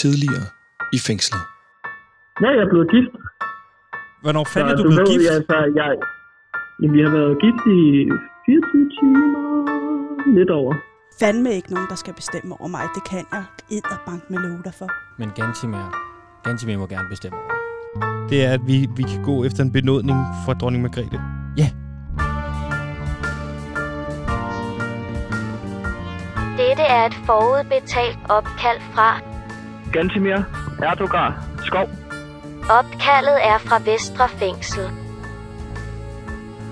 tidligere i fængslet. Ja, jeg er blevet gift. Hvornår fanden er Så du blevet ved, gift? Jeg, altså, jeg, jamen, jeg har været gift i 24 timer, lidt over. Fandme ikke nogen, der skal bestemme over mig. Det kan jeg edderbank med love dig for. Men Gantimer, Gantimer må gerne bestemme. Det er, at vi, vi kan gå efter en benådning fra dronning Margrethe. Dette er et forudbetalt opkald fra. Gantimir, Erdogan, Skov. Opkaldet er fra Vestre Fængsel.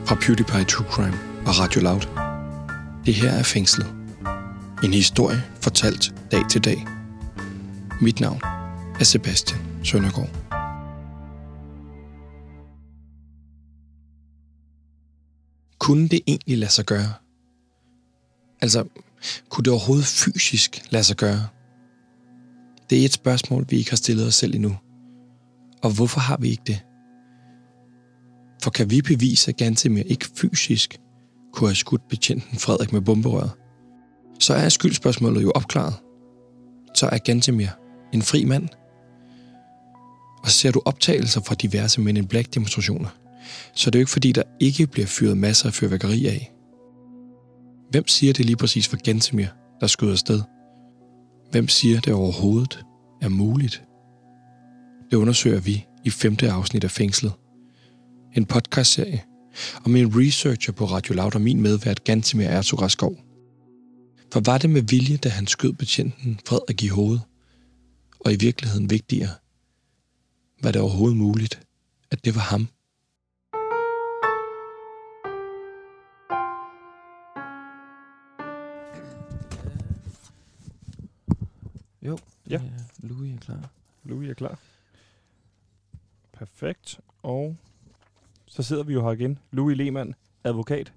Fra PewDiePie True Crime og Radio Loud. Det her er fængslet. En historie fortalt dag til dag. Mit navn er Sebastian Søndergaard. Kunne det egentlig lade sig gøre? Altså, kunne det overhovedet fysisk lade sig gøre? Det er et spørgsmål, vi ikke har stillet os selv endnu. Og hvorfor har vi ikke det? For kan vi bevise, at Gantemir ikke fysisk kunne have skudt betjenten Frederik med bomberøret, så er skyldspørgsmålet jo opklaret. Så er Gantemir en fri mand. Og ser du optagelser fra diverse Men in Black demonstrationer, så er det jo ikke fordi, der ikke bliver fyret masser af fyrværkeri af. Hvem siger det lige præcis for Gantemir, der skød afsted? Hvem siger det overhovedet er muligt? Det undersøger vi i femte afsnit af Fængslet, en podcastserie om en researcher på Radio Loud og min medvært Gantimir Ertug Skov. For var det med vilje, da han skød betjenten Frederik i hovedet? Og i virkeligheden vigtigere, var det overhovedet muligt, at det var ham? Jo, Ja. Louis er klar. Louis er klar. Perfekt. Og så sidder vi jo her igen. Louis Lehmann, advokat.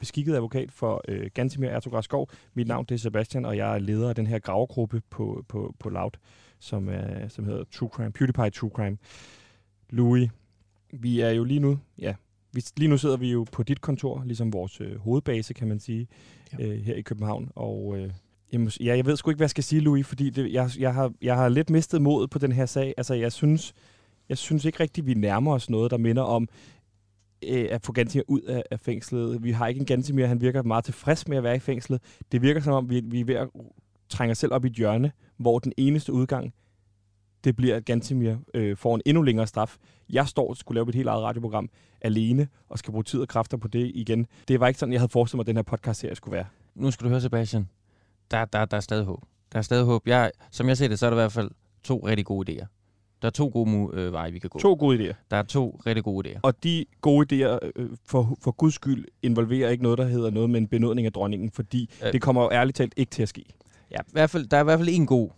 Beskikket advokat for øh, Gantimir Ertug Skov. Mit navn det er Sebastian, og jeg er leder af den her gravegruppe på, på, på Loud, som, øh, som hedder True Crime, PewDiePie True Crime. Louis, vi er jo lige nu, ja, vi, lige nu sidder vi jo på dit kontor, ligesom vores øh, hovedbase, kan man sige, Ja. ja. øh, her i København. Og øh, jeg, må, s- ja, jeg ved sgu ikke, hvad jeg skal sige, Louis, fordi det, jeg, jeg, har, jeg har lidt mistet modet på den her sag. Altså, jeg synes, jeg synes ikke rigtigt, vi nærmer os noget, der minder om øh, at få Gantimer ud af, af fængslet. Vi har ikke en Gantimer, han virker meget tilfreds med at være i fængslet. Det virker som om, vi, vi er ved at trænge os selv op i et hjørne, hvor den eneste udgang, det bliver, at Gantimer øh, får en endnu længere straf. Jeg står og skulle lave mit helt eget radioprogram alene, og skal bruge tid og kræfter på det igen. Det var ikke sådan, jeg havde forestillet mig, at den her podcast-serie skulle være. Nu skal du høre, Sebastian. Der, der, der er stadig håb. Der er stadig håb. Jeg, som jeg ser det, så er der i hvert fald to rigtig gode idéer. Der er to gode mu- øh, veje, vi kan gå. To gode idéer. Der er to rigtig gode idéer. Og de gode idéer, øh, for, for guds skyld, involverer ikke noget, der hedder noget med en benådning af dronningen, fordi Øh. øh. det kommer jo ærligt talt ikke til at ske. Ja, i hvert fald, der er i hvert fald en god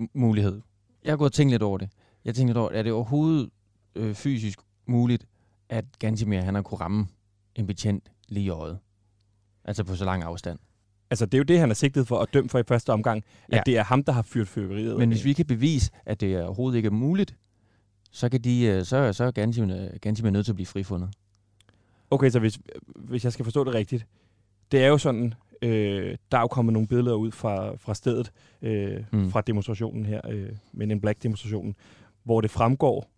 m- mulighed. Jeg har gået og tænkt lidt over det. Jeg tænkte lidt over, er det overhovedet øh, fysisk muligt, at Gantimir han har kunne ramme en betjent lige i øjet? Altså på så lang afstand. Altså, det er jo det, han er sigtet for og dømt for i første omgang, ja. Ja. at det er ham, der har fyret fyrværkeriet. Men hvis vi kan bevise, at det overhovedet ikke er muligt, så, kan de, øh, så, så er Gantimir, Gantimir nødt til at blive frifundet. Okay, så hvis, hvis jeg skal forstå det rigtigt, det er jo sådan, øh, der er jo kommet nogle billeder ud fra, fra stedet, øh, Mm. mm. fra demonstrationen her, øh, Men en Black-demonstrationen, hvor det fremgår,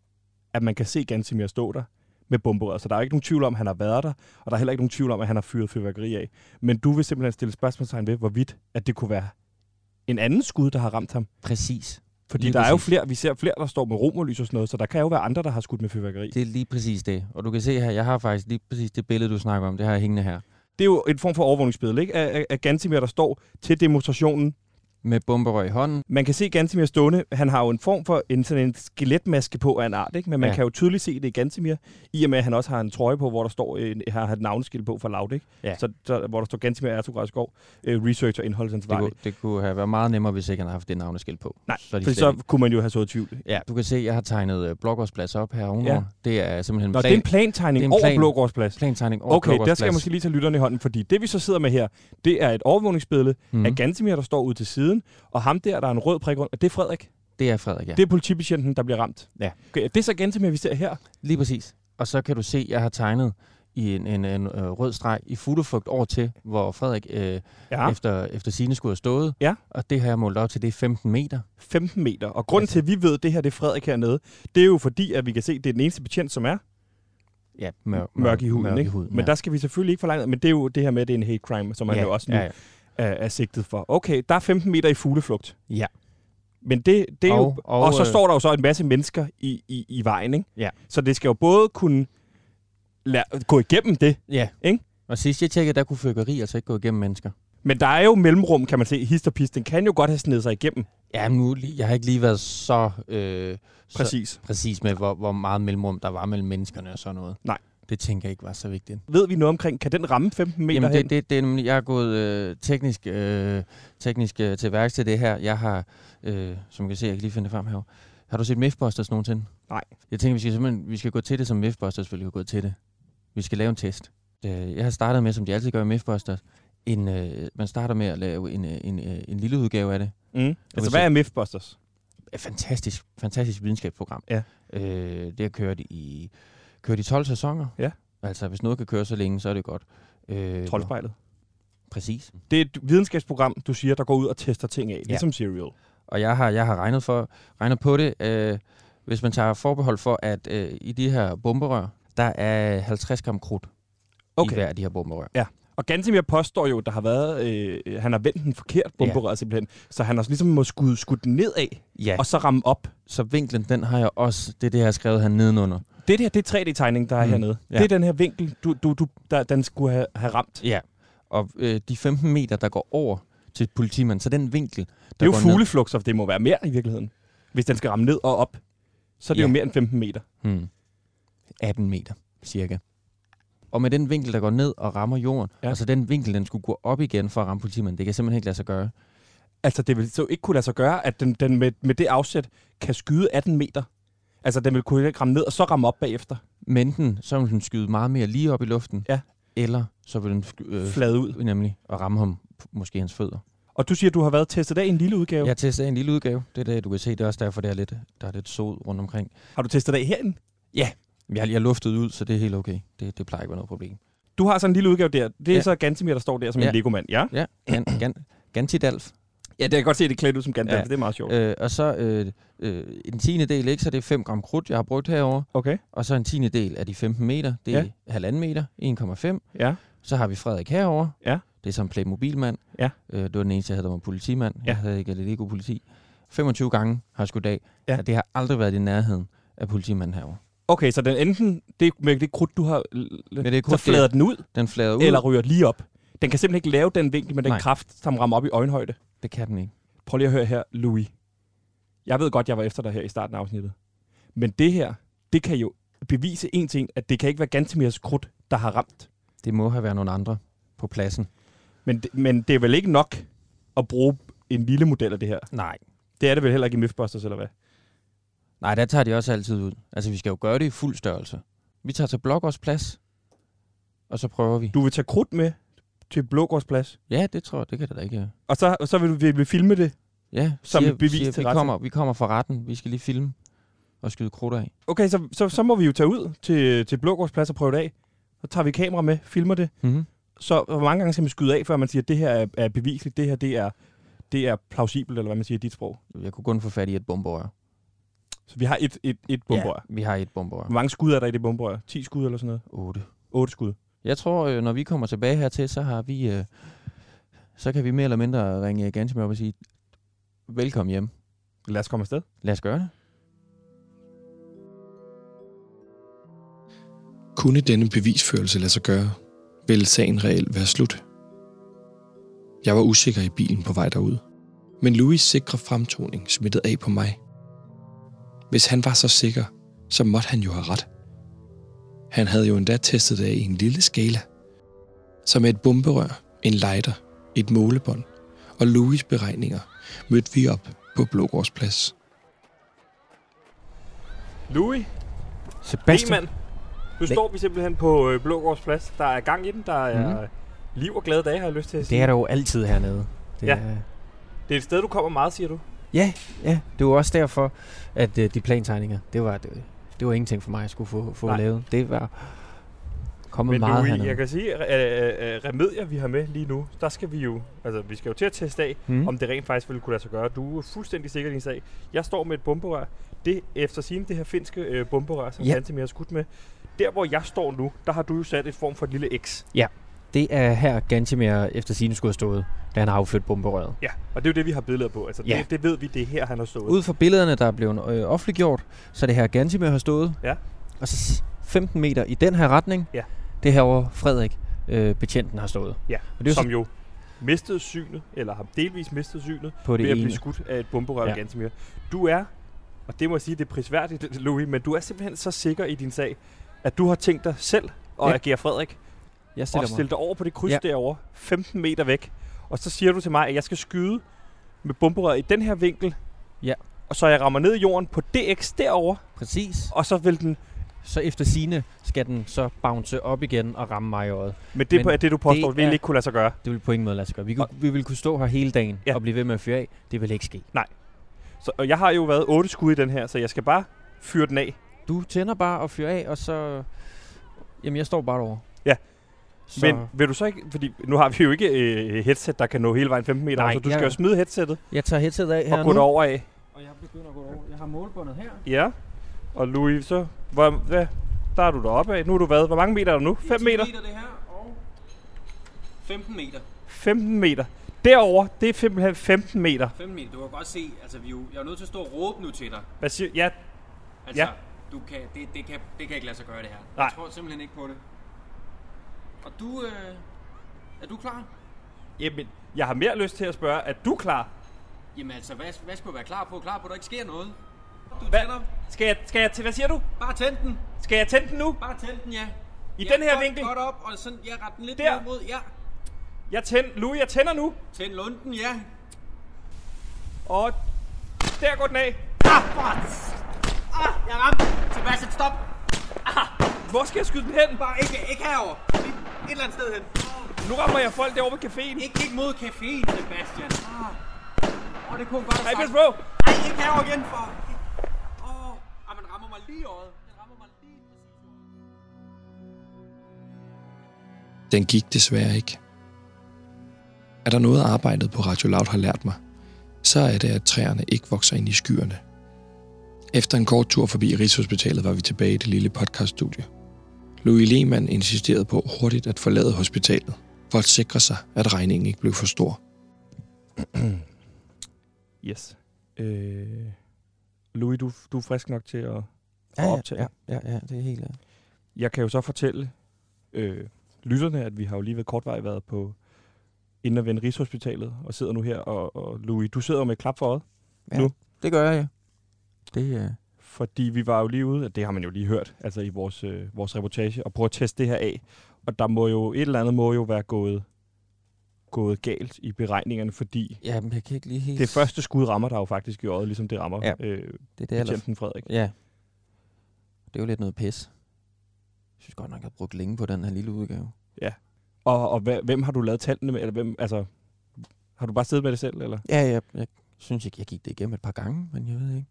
at man kan se Gansimir stå der med bomberøret. Så der er jo ikke nogen tvivl om, at han har været der, og der er heller ikke nogen tvivl om, at han har fyret fyrværkeri af. Men du vil simpelthen stille spørgsmålstegn ved, hvorvidt at det kunne være en anden skud, der har ramt ham. Præcis. Fordi Lige der er jo præcis. flere, vi ser flere, der står med romerlys og sådan noget, så der kan jo være andre, der har skudt med fyrværkeri. Det er lige præcis det. Og du kan se her, jeg har faktisk lige præcis det billede, du snakker om. Det har jeg hængende her. Det er jo en form for overvågningsbillede, ikke? Af, af, af Gansimir, der står til demonstrationen Med bomberøg i hånden. Man kan se Gantimir stående. Han har jo en form for en, sådan en skeletmaske på af en art, ikke? men man Ja. ja. kan jo tydeligt se det i Gantimir, i og med at han også har en trøje på, hvor der står en, har har et navneskilt på for Laud, ikke? Ja. Så, så, hvor der står Gantimir Ertug Skov, øh, researcher Det kunne, indholdsansvarlig. det kunne have været meget nemmere, hvis ikke han havde haft det navneskilt på. Nej, er de Fordi slet så ikke- kunne man jo have sået tvivl. Ja, du kan se, jeg har tegnet øh, Blågårdsplads op her ovenover. Ja. Ja. Det er simpelthen Nå, plan, det er en plantegning det er en over plan. Blågårdsplads. plantegning over Okay, der skal jeg Blågårdsplads. måske lige tage lytterne i hånden, fordi det vi så sidder med her, det er et overvågningsbillede mm. af mm. Gantimir, der står ude til siden, og ham der, der er en rød prik rundt, og det er Frederik. Det er Frederik, ja. Det er politibetjenten, der bliver ramt. Ja. Okay, det er så Gantimir, vi ser her. Lige præcis. Og så kan du se, jeg har tegnet i en, en, en øh, rød streg i futtefrygt over til, hvor Frederik øh, ja. Ja, efter, efter sine skulle have stået. Ah. Ja. Og det har jeg målt op til, det er 15 meter. 15 meter. Og grunden til, at vi ved, at det her det er Frederik hernede, det er jo fordi, at vi kan se, at det er den eneste betjent, som er Ja, mør, mørk i huden. mørk ikke? I huden Men der skal vi selvfølgelig ikke for langt, men det er jo det her med, at det er en hate crime, som han ja, jo også nu ja, ja. ja. er, er sigtet for. Okay, der er 15 meter i fugleflugt. Ja. Men det, det er og, jo... Og- og, Og, og så øh, står der jo så en masse mennesker i, i, i vejen, ikke? Ja. Så det skal jo både kunne la- gå igennem det, Ja. Ikke? Og sidst jeg tjekkede, der kunne fyrkeri altså ikke gå igennem mennesker. men der er jo mellemrum, kan man se. Hist og pis, den kan jo godt have snedet sig igennem. Ja, nu, lige- jeg har ikke lige været så, øh, så Præcis. Så. præcis med, hvor, hvor meget mellemrum der var mellem menneskerne og sådan noget. Nej. Det tænker jeg ikke var så vigtigt. Ved vi noget omkring, kan den ramme 15 meter Jamen, hen? det, det, det er nemlig, jeg er gået øh, teknisk, øh, teknisk øh, til værks til det her. Jeg har, øh, som I kan se, jeg kan lige finde det frem her. Har du set Mythbusters nogensinde? Nej. Jeg tænker, vi skal simpelthen vi skal gå til det, som Mythbusters ville have gået til det. Vi skal lave en test. Øh, jeg har startet med, som de altid gør i Mythbusters, en, øh, man starter med at lave en, øh, en, øh, en lille udgave af det. Mm. hvis Altså, hvad jeg- er Mythbusters? Et fantastisk, fantastisk videnskabsprogram. Ja. Øh, det har kørt i, kørt i 12 sæsoner. Ja. Altså, hvis noget kan køre så længe, så er det godt. Øh, Troldspejlet. Præcis. Det er et videnskabsprogram, du siger, der går ud og tester ting af, ja. ligesom Serial. Og jeg har, jeg har regnet, for, regnet på det, øh, hvis man tager forbehold for, at øh, i de her bomberør, der er 50 gram krudt okay. i hver af de her bomberør. Og Gantemir påstår jo, at der har været, øh, han har vendt den forkert bomberør ja. simpelthen, så han har ligesom må skudt skudt den nedad, Ja, og så ramme op. så vinklen, den har jeg også, det er det, jeg har skrevet her nedenunder. Det her, det er 3D-tegning, der er Mm. mm. hernede. Ja. Ja. Det er den her vinkel, du, du, du, der, den skulle have, have ramt. Ja, og øh, de 15 meter, der går over til politimanden, så den vinkel, der Det er jo går fugleflugt, så det må være mere i virkeligheden. Hvis den skal ramme ned og op, så er det Ja. jo mere end 15 meter. ned, hmm, 18 meter cirka. Og med den vinkel, der går ned og rammer jorden, ja. Ja. og så den vinkel, den skulle gå op igen for at ramme politimanden, det kan jeg simpelthen ikke lade sig gøre. Altså, det vil så ikke kunne lade sig gøre, at den, den med, med det afsæt kan skyde 18 meter. Altså, den vil kunne ramme ned og så ramme op bagefter. Men den, så vil den skyde meget mere lige op i luften. Ja. Eller så vil den sky- øh, Flade ud. ud, nemlig, og ramme ham, p- måske hans fødder. Og du siger, at du har været testet af i en lille udgave. Ja. Jeg testede en lille udgave. Det er det, du kan se. Det er også derfor, der er lidt, der er lidt sod rundt omkring. Har du testet af herinde? Jeg, jeg luftede ud, så det er helt okay. Det, det plejer ikke at være noget problem. Du har sådan en lille udgave der. Det er Ja. ja. så Gantemir, der står der som Ja. ja. en legomand. Ja? Ja, gan, gan, Gantidalf. ja, det kan jeg godt se, at det er klædt ud som Gandalf. Ja. Ja. Det er meget sjovt. Øh, og så øh, øh, en tiende del, ikke? så det er 5 gram krudt, jeg har brugt herover. Okay. Og så en tiende del af de 15 meter, det er Ja. halvanden meter, 1,5. Ja. Så har vi Frederik herover. Ja. Det er som Playmobil-mand. Ja. Øh, det var den eneste, jeg havde, der var politimand. Ja. Ja. Jeg havde ikke Lego politi. 25 gange har jeg skudt af, Ja. og det har aldrig været i nærheden af politimanden herover. Okay, så den enten, det, med det krudt, du har, det med det krudt, krudt, så flader den ud, Den flader ud. ud, eller ryger lige op. Den kan simpelthen ikke lave den vinkel med den Nej. Nej. kraft, som rammer op i øjenhøjde. Det kan den ikke. Prøv lige at høre her, Louis. Jeg ved godt, jeg var efter dig her i starten af afsnittet. Men det her, det kan jo bevise en ting, at det kan ikke være Gantemirs krudt, der har ramt. Det må have været nogle andre på pladsen. Men, det- men det er vel ikke nok at bruge en lille model af det her. Nej. Det er det vel heller ikke i Mythbusters, eller hvad? Nej, der tager de også altid ud. Altså, vi skal jo gøre det i fuld størrelse. Vi tager til Blågårds plads, og så prøver vi. Du vil tage krudt med til Blågårdsplads, Ja, det tror jeg, det kan det da ikke. være. og så, så vil du vil, vil filme det. Ja, Som et bevis til vi, retten. kommer, vi kommer fra retten. Vi skal lige filme og skyde krudt af. Okay, så, så, så må vi jo tage ud til, til Blågårdsplads og prøve det af. Så tager vi kamera med, filmer det, Mm-hmm. så hvor mange gange skal man skyde af, før man siger, at det her er, er beviseligt, det her det er, det er plausibelt, eller hvad man siger i dit sprog. Jeg kunne kun få fat i et bomberør. Så vi har et, et, et bomberør. Vi har et bomberør. Hvor mange skud er der i det bomberør? 10 skud eller sådan noget? 8. 8 skud. Jeg tror, øh, når vi kommer tilbage hertil, så har vi... Øh, så kan vi mere eller mindre ringe Gantemir op og sige, velkommen hjem. Lad os komme afsted. Lad os gøre det. Kunne denne bevisførelse lade sig gøre, ville sagen reelt være slut. Jeg var usikker i bilen på vej derud, men Louis' sikre fremtoning smittede af på mig. Hvis han var så sikker, så måtte han jo have ret. Han havde jo endda testet det af i en lille skala. Så med et bomberør, en lighter, et målebånd og Louis' beregninger mødte vi op på Blågårdsplads. Louis, Sebastian. Riemann. Nu står vi simpelthen på øh, Blågårdsplads. Der er gang i den, der er mm. liv og glade dage, har jeg lyst til at sige. Mhm. Det er der jo altid hernede. Det Ja. Er, det er et sted, du kommer meget, siger du. ja, ja. Det var også derfor, at øh, de plantegninger, det var, det, det var ingenting for mig, at skulle få, få Nej. lavet. Det var kommet Men meget Louis, hernede. jeg kan sige, at øh, øh, remedier, vi har med lige nu, der skal vi jo, altså vi skal jo til at teste af, Mm. om det rent faktisk ville kunne lade sig gøre. Du er fuldstændig sikker i din sag. Jeg står med et bomberør. Det efter sine det her finske øh, bomberør, som Ja. ja. Kantemir har skudt med. Der, hvor jeg står nu, der har du jo sat et form for et lille X. Det er her Gantemir efter sine skulle have stået, da han har affyldt bomberøret. Ja. Og det er jo det, vi har billeder på. Altså, Ja. det, det ved vi, det er her, han har stået. Ud fra billederne, der er blevet øh, offentliggjort, så er det her Gantemir har stået. Ja. Og så s- 15 meter i den her retning, Ja. det er herovre Frederik, øh, betjenten har stået. Ja, Og det er jo som jo mistede synet, eller har delvis mistet synet, på ved det at ene. blive skudt af et bomberør Ja. ja. mere. Du er, og det må jeg sige, det er prisværdigt, Louis, men du er simpelthen så sikker i din sag, at du har tænkt dig selv at Ja. ja. agere Frederik, Jeg og stiller stille mig. dig over på det kryds Ja. ja. derovre, 15 meter væk, og så siger du til mig, at jeg skal skyde med bomberøret i den her vinkel, Ja. og så jeg rammer ned i jorden på DX derovre, Præcis. og så vil den, Så efter sine skal den så bounce op igen og ramme mig i øjet. men det Men men er det, du påstår, det det vil er- ikke kunne lade sig gøre. Det vil på ingen måde lade sig gøre. Vi, kunne, vi ville kunne stå her hele dagen Ja. og blive ved med at fyre af. Det vil ikke ske. Så, og jeg har jo været otte skud i den her, så jeg skal bare fyre den af. Du tænder bare og fyrer af, og så... Jamen, jeg står bare derovre. Ja. Så, Men vil du så ikke, fordi nu har vi jo ikke øh, headset, der kan nå hele vejen 15 meter, Nej, Nej, så du jeg- skal jo smide headsettet Jeg tager headsetet af her og gå nu. derover af. Og jeg begynder at gå derover. Jeg har målbundet her. Ja. Og Louis, så hvor, hvad, der er du deroppe af. Nu er du hvad? Hvor mange meter er du nu? 5 meter? det her, og 15 meter. 15 meter. Derover, det er simpelthen 15 meter. 5 meter, du kan godt se, altså vi er jo, jeg er nødt til at stå og råbe nu til dig. Hvad siger Ja, Altså, Ja. du kan, det, det, kan, det kan ikke lade sig gøre det her. Nej. Jeg tror simpelthen ikke på det. Og du, øh, er du klar? jamen, jeg har mere lyst til at spørge, er du klar? Jamen altså, hvad, hvad skulle jeg være klar på? Klar på, at der ikke sker noget? Du Hvad? tænder. Skal jeg, skal jeg, til- hvad siger du? Bare tænd den. Skal jeg tænde den nu? Bare tænd den, ja. I ja, den her godt, vinkel? Godt op, og sådan, ja, ret den lidt Der. ned mod, ja. Jeg tænd, Louis, jeg tænder nu. Tænd lunden, ja. Og der går den af. Ah, for s- ah, jeg ramte. Sebastian, stop. Hvor skal jeg skyde den hen? Bare ikke, ikke herover. Lige Et eller andet sted hen. Nu rammer jeg folk derovre ved caféen. Ikke, ikke mod caféen, Sebastian. Ah. Åh, det kunne hun godt Ej, have pas sagt. på! Ej, ikke herover igen, for... Åh, oh, man rammer mig lige i øjet. Den rammer mig lige præcis i øjet. Den gik desværre ikke. Er der noget, arbejdet på Radio Loud har lært mig, så er det, at træerne ikke vokser ind i skyerne. Efter en kort tur forbi Rigshospitalet var vi tilbage i det lille podcaststudie. Louis Lehmann insisterede på hurtigt at forlade hospitalet, for at sikre sig, at regningen ikke blev for stor. Yes. Øh, Louis, du, du er frisk nok til at... Ja, Og ja, optage. ja, ja, ja, det er helt... ja. Jeg kan jo så fortælle øh, lytterne, at vi har jo lige ved kortvej været på inden at vende Rigshospitalet, og sidder nu her, og, og Louis, du sidder jo med et klap for øjet, Det gør jeg, ja. Det, øh, fordi vi var jo lige ude, og det har man jo lige hørt, altså i vores, øh, vores reportage, og prøve at teste det her af. Og der må jo, et eller andet må jo være gået, gået galt i beregningerne, fordi ja, men jeg kan ikke lige helt... det første skud rammer der jo faktisk i øjet, ligesom det rammer Ja. ja. øh, Det er det, jeg lader- betjenten Frederik. Ja. Det er jo lidt noget pis. Jeg synes godt nok, jeg har brugt længe på den her lille udgave. Og, og hva- hvem har du lavet tallene med, eller hvem, altså, har du bare siddet med det selv, eller? Ja, jeg, jeg synes ikke, jeg gik det igennem et par gange, men jeg ved ikke.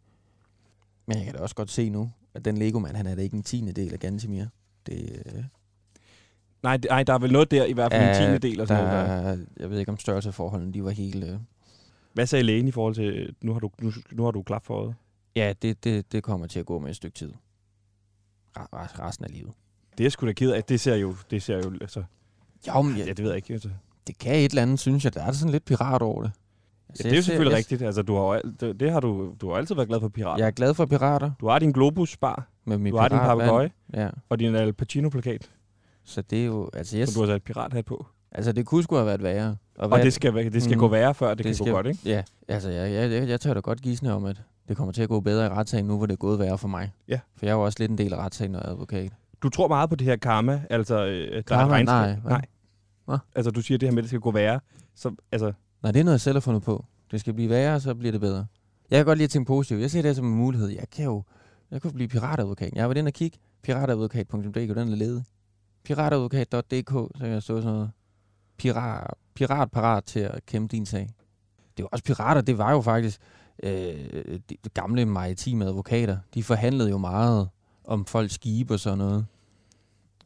Men jeg kan da også godt se nu, at den Lego-mand, han er da ikke en tiende del af Gantemir. Det, øh, Nej, det- nej, der er vel noget der, i hvert fald en Ja, tiende del. Og sådan noget, der. er. der, jeg ved ikke, om størrelseforholdene, de var helt... Øh, Hvad sagde lægen i forhold til, øh, nu har du, nu, nu har du klap for øjet? ja, det, det, det kommer til at gå med et stykke tid. Ra- ra- resten af livet. Det er jeg sgu da ked af. Det ser jo, det ser jo, altså, Jo, men ja, jeg, det ved jeg ikke. Altså. det kan et eller andet, synes jeg. Der er sådan lidt pirat over det. Ja, Altså, det jeg er jo ser- selvfølgelig jeg- rigtigt. Altså, du har, jo al- det, det har du, du har altid været glad for pirater. Jeg er glad for pirater Du har din globusbar, med min du har din papegøje Ja, og din Al Pacino-plakat, så det er jo... Altså, yes. jeg, som du har sat pirathat på. Altså, det kunne sgu have været værre. Og det skal, være- det skal Mhm. mm. gå værre, før det, det kan skal, gå godt, ikke? Ja, altså, jeg, jeg, jeg, jeg tør da godt gisne om, at det kommer til at gå bedre i retssagen nu, hvor det er gået værre for mig. Ja. For jeg er jo også lidt en del af retssagen og advokat. Du tror meget på det her karma, altså øh, der Karma? er et regnskab. Nej, hvad? nej. Hvad? Altså, du siger det her med, at det skal gå værre. Så, altså, Nej, det er noget, jeg selv har fundet på. Det skal blive værre, så bliver det bedre. Jeg kan godt lide at tænke positivt. Jeg ser det her som en mulighed. Jeg kan jo jeg kunne blive piratadvokat. Jeg har været inde og kigge. Piratadvokat.dk, den er ledig. Piratadvokat.dk, så kan jeg stå sådan noget. Pirat, pirat parat til at kæmpe din sag. Det var også pirater, det var jo faktisk øh, de, de gamle maritime advokater. De forhandlede jo meget om folks skibe og sådan noget.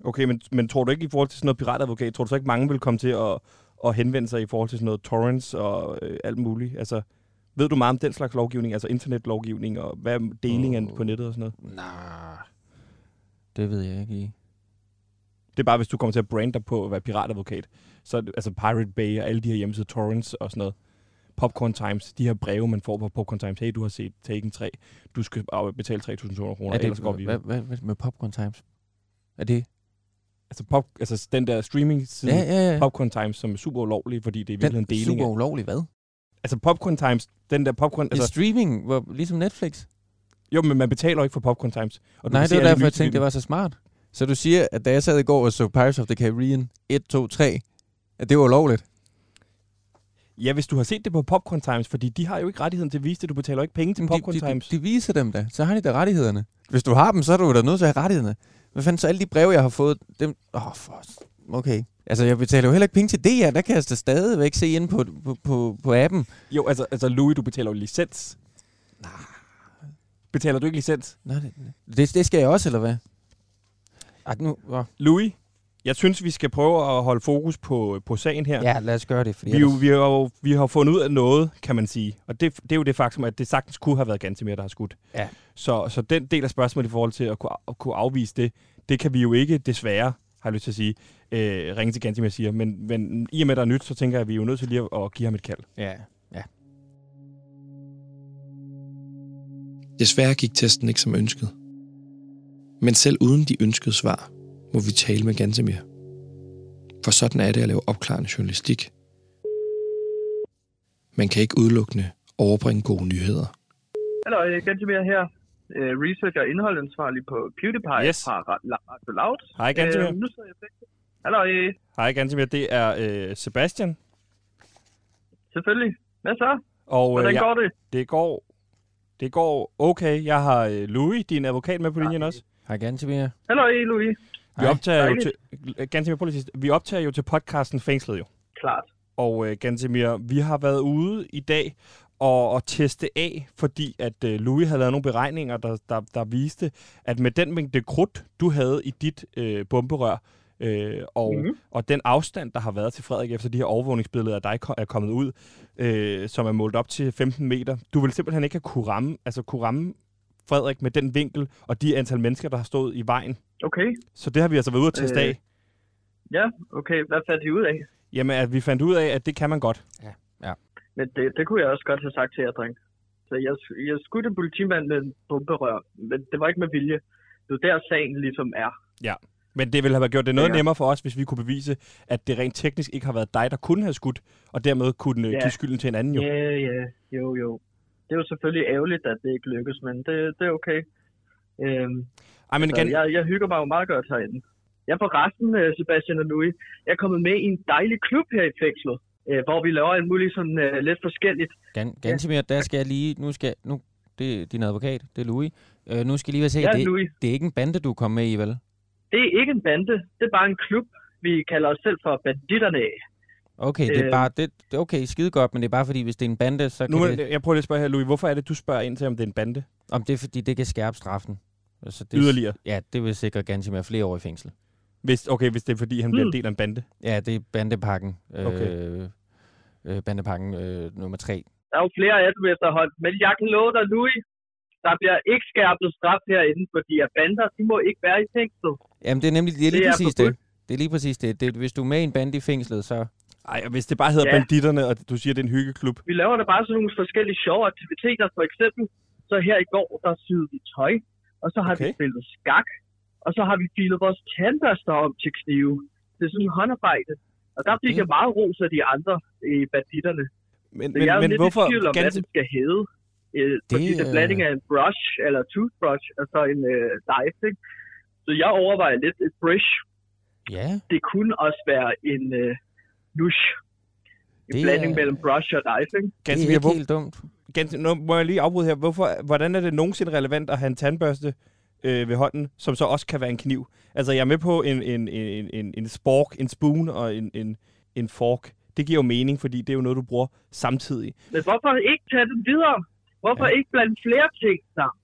Okay, men, men tror du ikke i forhold til sådan noget piratadvokat, tror du så ikke mange vil komme til at, at henvende sig i forhold til sådan noget torrents og øh, alt muligt? Altså, ved du meget om den slags lovgivning, altså internetlovgivning og hvad er deling af Åh. på nettet og sådan noget? Nej. Det ved jeg ikke lige. Det er bare, hvis du kommer til at brande dig på at være piratadvokat. Så er det- altså Pirate Bay og alle de her hjemmesider, torrents og sådan noget. Popcorn Times, de her breve, man får på Popcorn Times. Hey, du har set Taken 3. Du skal af- betale 3.200 kroner, Er det, ellers går vi. hvad, hvad, hvad med Popcorn Times? Er det? Altså, pop, altså den der streaming-side, Ja, ja. ja, ja. Popcorn Times, som er super ulovlig, fordi det er virkelig en Den deling. super af- ulovlig, hvad? Altså Popcorn Times, den der Popcorn... Altså, Altså, streaming, hvor, ligesom Netflix. jo, men man betaler jo ikke for Popcorn Times. Og Nej, kan se det alle var derfor, jeg lysfilm. tænkte, det var så smart. Så du siger, at da jeg sad i går og så Pirates of the Caribbean 1, 2, 3, at det var ulovligt? Ja, hvis du har set det på Popcorn Times, fordi de har jo ikke rettigheden til at vise det. Du betaler jo ikke penge til Jamen, Popcorn de, de, Times. de, de viser dem da. Så har de da rettighederne. Hvis du har dem, så er du da nødt til at have rettighederne. Hvad fanden, så alle de breve, jeg har fået, dem... Åh, oh, for... Okay. Altså, jeg betaler jo heller ikke penge til DR. Der kan jeg da stadigvæk se ind på, på, på, på appen. Jo, altså, altså Louis, du betaler jo licens. Nej. Betaler du ikke licens? Nej, det, det, det skal jeg også, eller hvad? Ej, nu... Oh. Louis, jeg synes, vi skal prøve at holde fokus på, på sagen her. Ja, lad os gøre det, fordi... Vi, er jo, ellers- vi, har jo, vi har fundet ud af noget, kan man sige. Og det, det er jo det faktum, at det sagtens kunne have været Gantemir, der har skudt. Ja. Så, så den del af spørgsmålet i forhold til at kunne, at kunne afvise det, det kan vi jo ikke desværre, har jeg lyst til at sige, øh, ringe til Gantemir siger. Men, men i og med, at der er nyt, så tænker jeg, at vi er jo nødt til lige at, at give ham et kald. Ja, ja. Desværre gik testen ikke som ønsket. Men selv uden de ønskede svar, må vi tale med Gantemir. For sådan er det at lave opklarende journalistik. Man kan ikke udelukkende overbringe gode nyheder. Hallo, jeg er Gantemir her. Øh, researcher og indholdansvarlig på PewDiePie Yes. fra Ra- La- Radio Loud. Øh, Hej, Gantemir. nu sidder jeg fængsel. Hallo, øh, Hej, Gantemir. Det er øh, Sebastian. selvfølgelig. Hvad så? Øh, Og, øh, Hvordan jeg- går det? Det går, det går okay. Jeg har øh, Louis, din advokat, med på linjen også. Hej, Gantemir. Hallo, øh, Louis. Vi optager, jo til, Dejligt. Gantemir, prøv lige sidst. vi optager jo til podcasten Fængslet jo. Klart. Og øh, Gantemir, vi har været ude i dag og, og teste af, fordi at øh, Louis havde lavet nogle beregninger, der, der, der viste, at med den mængde krudt, du havde i dit øh, bomberør, øh, og, mm-hmm. og den afstand, der har været til Frederik, efter de her overvågningsbilleder af dig ko- er kommet ud, øh, som er målt op til 15 meter, du ville simpelthen ikke have kunne ramme, altså kunne ramme Frederik med den vinkel og de antal mennesker, der har stået i vejen. Okay. Så det har vi altså været ude og teste øh. Øh. af. Ja, okay. Hvad fandt I ud af? Jamen, at vi fandt ud af, at det kan man godt. Men det, det kunne jeg også godt have sagt til jer, dreng. Så jeg, jeg skudte en politimand med en bomberør, men det var ikke med vilje. Det er der, sagen ligesom er. Men det ville have gjort det noget ja. Ja. nemmere for os, hvis vi kunne bevise, at det rent teknisk ikke har været dig, der kunne have skudt, og dermed kunne ja. Ja. give skylden til en anden. Jo. Ja, ja. Jo, jo. Det er jo selvfølgelig ærgerligt, at det ikke lykkes, men det, det er okay. Øhm, Ej, men så igen, jeg, jeg hygger mig jo meget godt herinde. Jeg er forresten, øh, Sebastian og Louis, jeg er kommet med i en dejlig klub her i fængslet, øh, hvor vi laver alt muligt sådan øh, lidt forskelligt. Gan, Gantemir, der skal jeg lige... Nu skal... Nu, det er din advokat, det er Louis. Øh, nu skal jeg lige være sikker, Ja, det, Louis. det er ikke en bande, du kom med i, vel? Det er ikke en bande, det er bare en klub. Vi kalder os selv for banditterne. af. Okay, det er Øh. bare... Det, det- okay, skide godt, men det er bare fordi, hvis det er en bande, så kan nu, det... er- jeg prøver lige at spørge her, Louis, hvorfor er det, du spørger ind til, om det er en bande Om det er fordi, det kan skærpe straffen. Altså, det, yderligere? Ja, det vil sikre Gantemir flere år i fængsel. Hvis, okay, hvis det er, fordi han bliver Hmm. en del af en bande. Ja, det er bandepakken. Øh, Okay. øh, bandepakken øh, nummer tre. Der er jo flere af dem efterhånden, men jeg kan love dig, Louis, der bliver ikke skærpet straf herinde, fordi at bander, de må ikke være i fængslet. Jamen, det er nemlig det er lige Det er præcis det. forbudt. Det er lige præcis det. det. Hvis du er med i en bande i fængslet, så... Ej, og hvis det bare hedder ja. Ja. banditterne, og du siger, at det er en hyggeklub. Vi laver da bare sådan nogle forskellige sjove aktiviteter. For eksempel, så her i går, der syede vi tøj, og så har okay. Okay. vi spillet skak, og så har vi filet vores tandbørster om til knive. Det er sådan en håndarbejde. Og der fik Okay. jeg meget ros af de andre i banditterne. Men, Så men, jeg er men, men men lidt hvorfor, i tvivl hvorfor... om, hvad Ganske, det skal hedde. Øh, fordi Det, det er øh, blanding af en brush eller toothbrush, og så en øh, knife, ikke? Så jeg overvejer lidt et brush. Ja, Det kunne også være en øh, nush. En Det blanding er- mellem brush og knife, ikke? det er ganske, ikke hvor, helt dumt. ganske, nu må jeg lige afbryde her. Hvorfor, hvordan er det nogensinde relevant at have en tandbørste øh, ved hånden, som så også kan være en kniv? Altså, jeg er med på en, en, en, en, en spork, en spoon og en, en, en fork. Det giver jo mening, fordi det er jo noget, du bruger samtidig. Men hvorfor ikke tage den videre? Hvorfor ja. ikke blande flere ting sammen?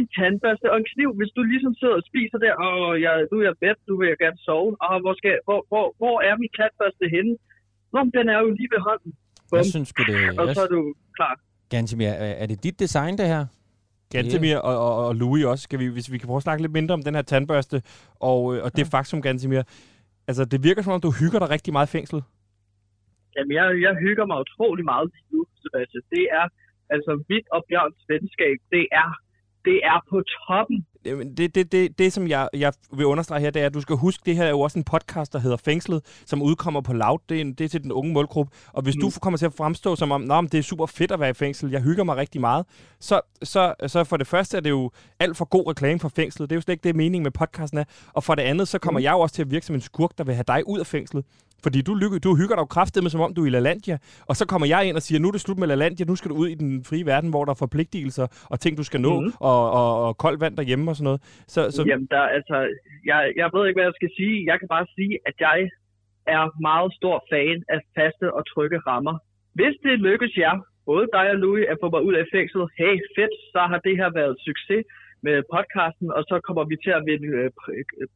en tandbørste og en kniv, hvis du ligesom sidder og spiser der, og jeg, nu er jeg bedt, nu vil jeg gerne sove, og hvor, skal, hvor, hvor, hvor er min klatbørste henne? Nå, men den er jo lige ved hånden, Jeg Bum. synes sgu, det og jeg, så er du klar. Gantemir, er, er det dit design, det her? Gantemir og, og, og Louis også, skal vi, hvis vi kan prøve at snakke lidt mindre om den her tandbørste, og, øh, og det ja. faktum, Gantemir. Altså, det virker som om, du hygger dig rigtig meget i fængslet. Jamen, jeg, jeg hygger mig utrolig meget lige nu, Sebastian. Det er, altså, mit og Bjørns venskab, det er, det er på toppen. Jamen, Det, det, det, det som jeg, jeg vil understrege her, det er, at du skal huske, det her er jo også en podcast, der hedder Fængslet, som udkommer på Loud. Det er, en, det er til den unge målgruppe. Og hvis mm. du kommer til at fremstå som om, Nå, men det er super fedt at være i fængsel, jeg hygger mig rigtig meget, så, så, så for det første er det jo alt for god reklame for fængslet. Det er jo slet ikke det, meningen med podcasten er. Og for det andet, så kommer mm. jeg jo også til at virke som en skurk, der vil have dig ud af fængslet. Fordi du, lykke, du hygger dig jo kraftedeme, som om du er i LaLandia. Og så kommer jeg ind og siger, nu er det slut med LaLandia, nu skal du ud i den frie verden, hvor der er forpligtelser og ting, du skal nå, mm. og, og, og koldt vand derhjemme og sådan noget. Så, så Så... Jamen, der, altså, jeg, jeg ved ikke, hvad jeg skal sige. Jeg kan bare sige, at jeg er meget stor fan af faste og trygge rammer. Hvis det lykkes jer, både dig og Louis, at få mig ud af fængslet, hey, fedt, så har det her været et succes med podcasten, og så kommer vi til at vinde øh,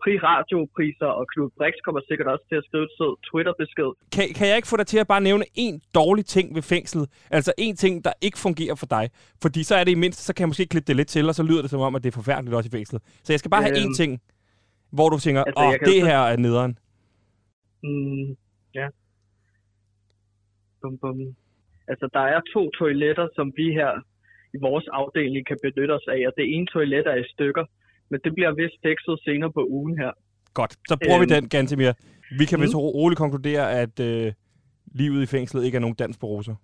pri- pri-radiopriser, og Knud Brix kommer sikkert også til at skrive et sød Twitter-besked. kan, kan jeg ikke få dig til at bare nævne en dårlig ting ved fængslet? Altså en ting, der ikke fungerer for dig. Fordi så er det i mindst, så kan jeg måske klippe det lidt til, og så lyder det som om, at det er forfærdeligt også i fængslet. Så jeg skal bare have Øhm. en ting, hvor du tænker, Altså, åh, jeg kan det jo- her er nederen. Mm, ja. Bum, bum. Altså, der er to toiletter, som vi her i vores afdeling kan benytte os af, og det ene toilet er i stykker, men det bliver vist fikset senere på ugen her. Godt, så bruger øhm. vi Øhm. den, Gantemir. Vi kan Mm. vist ro- roligt konkludere, at øh, livet i fængslet ikke er nogen dans på roser.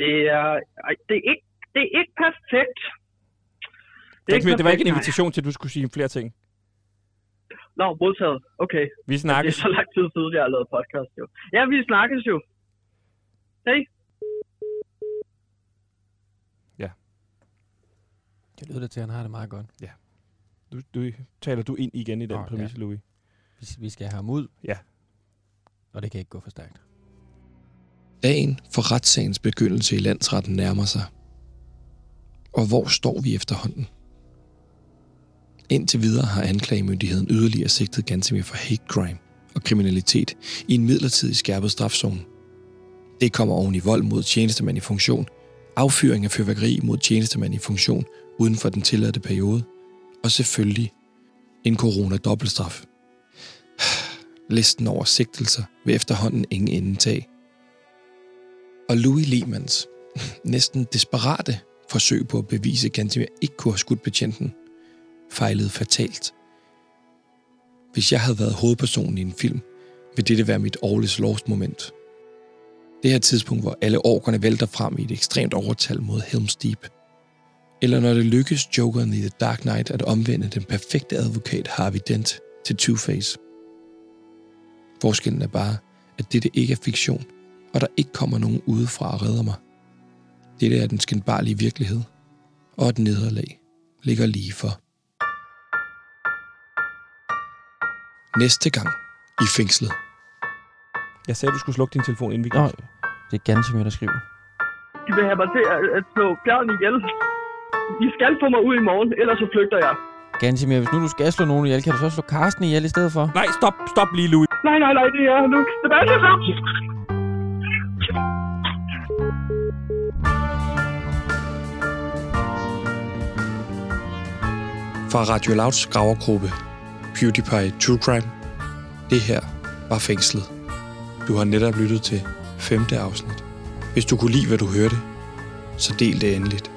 Det er, ej, det er, ikke, det er ikke perfekt. Det, Gantemir, det var ikke en nej. invitation til, at du skulle sige flere ting. Nå, modtaget. Okay, det Vi er snakkes. så lang tid siden, jeg har lavet podcast, jo. Ja, vi snakkes jo. Hej. Det lyder da til, at han har det meget godt. Du, du, taler du ind igen i den Nå, ja. præmis, Louis? Vi, vi skal have ham ud. Ja. Og det kan ikke gå for stærkt. Dagen for retssagens begyndelse i landsretten nærmer sig. Og hvor står vi efterhånden? Indtil videre har anklagemyndigheden yderligere sigtet Gantemir for hate crime og kriminalitet i en midlertidig skærpet strafzone. Det kommer oven i vold mod tjenestemand i funktion, affyring af fyrværkeri mod tjenestemand i funktion uden for den tilladte periode, og selvfølgelig en corona-dobbeltstraf. Listen over sigtelser vil efterhånden ingen ende tage og Louis Lemans næsten desperate forsøg på at bevise, at Gantemir ikke kunne have skudt betjenten, fejlede fatalt. Hvis jeg havde været hovedpersonen i en film, ville dette være mit årligt lost moment. Det her tidspunkt, hvor alle orkerne vælter frem i et ekstremt overtal mod Helm's Deep. Eller når det lykkes Jokeren i The Dark Knight at omvende den perfekte advokat Harvey Dent til Two-Face. Forskellen er bare, at dette ikke er fiktion, og der ikke kommer nogen udefra og redder mig. Dette er den skinbarlige virkelighed, og et nederlag ligger lige for. Næste gang i fængslet. Jeg sagde, at du skulle slukke din telefon, inden vi Nå, gik. det er Gantemir, der skriver. De vil have mig til at, at slå bjørn ihjel. I skal få mig ud i morgen, ellers så flygter jeg. Gantemir, hvis nu du skal slå nogen ihjel, kan du så slå Karsten ihjel i stedet for? Nej, stop, stop lige, Louis. Nej, nej, nej, det er nu. Det var det så. Fra Radio Louds gravergruppe, PewDiePie True Crime. Det her var fængslet. Du har netop lyttet til femte afsnit. Hvis du kunne lide, hvad du hørte, så del det endeligt.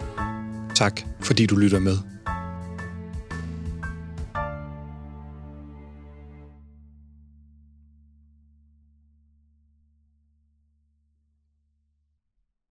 Tak, fordi du lytter med.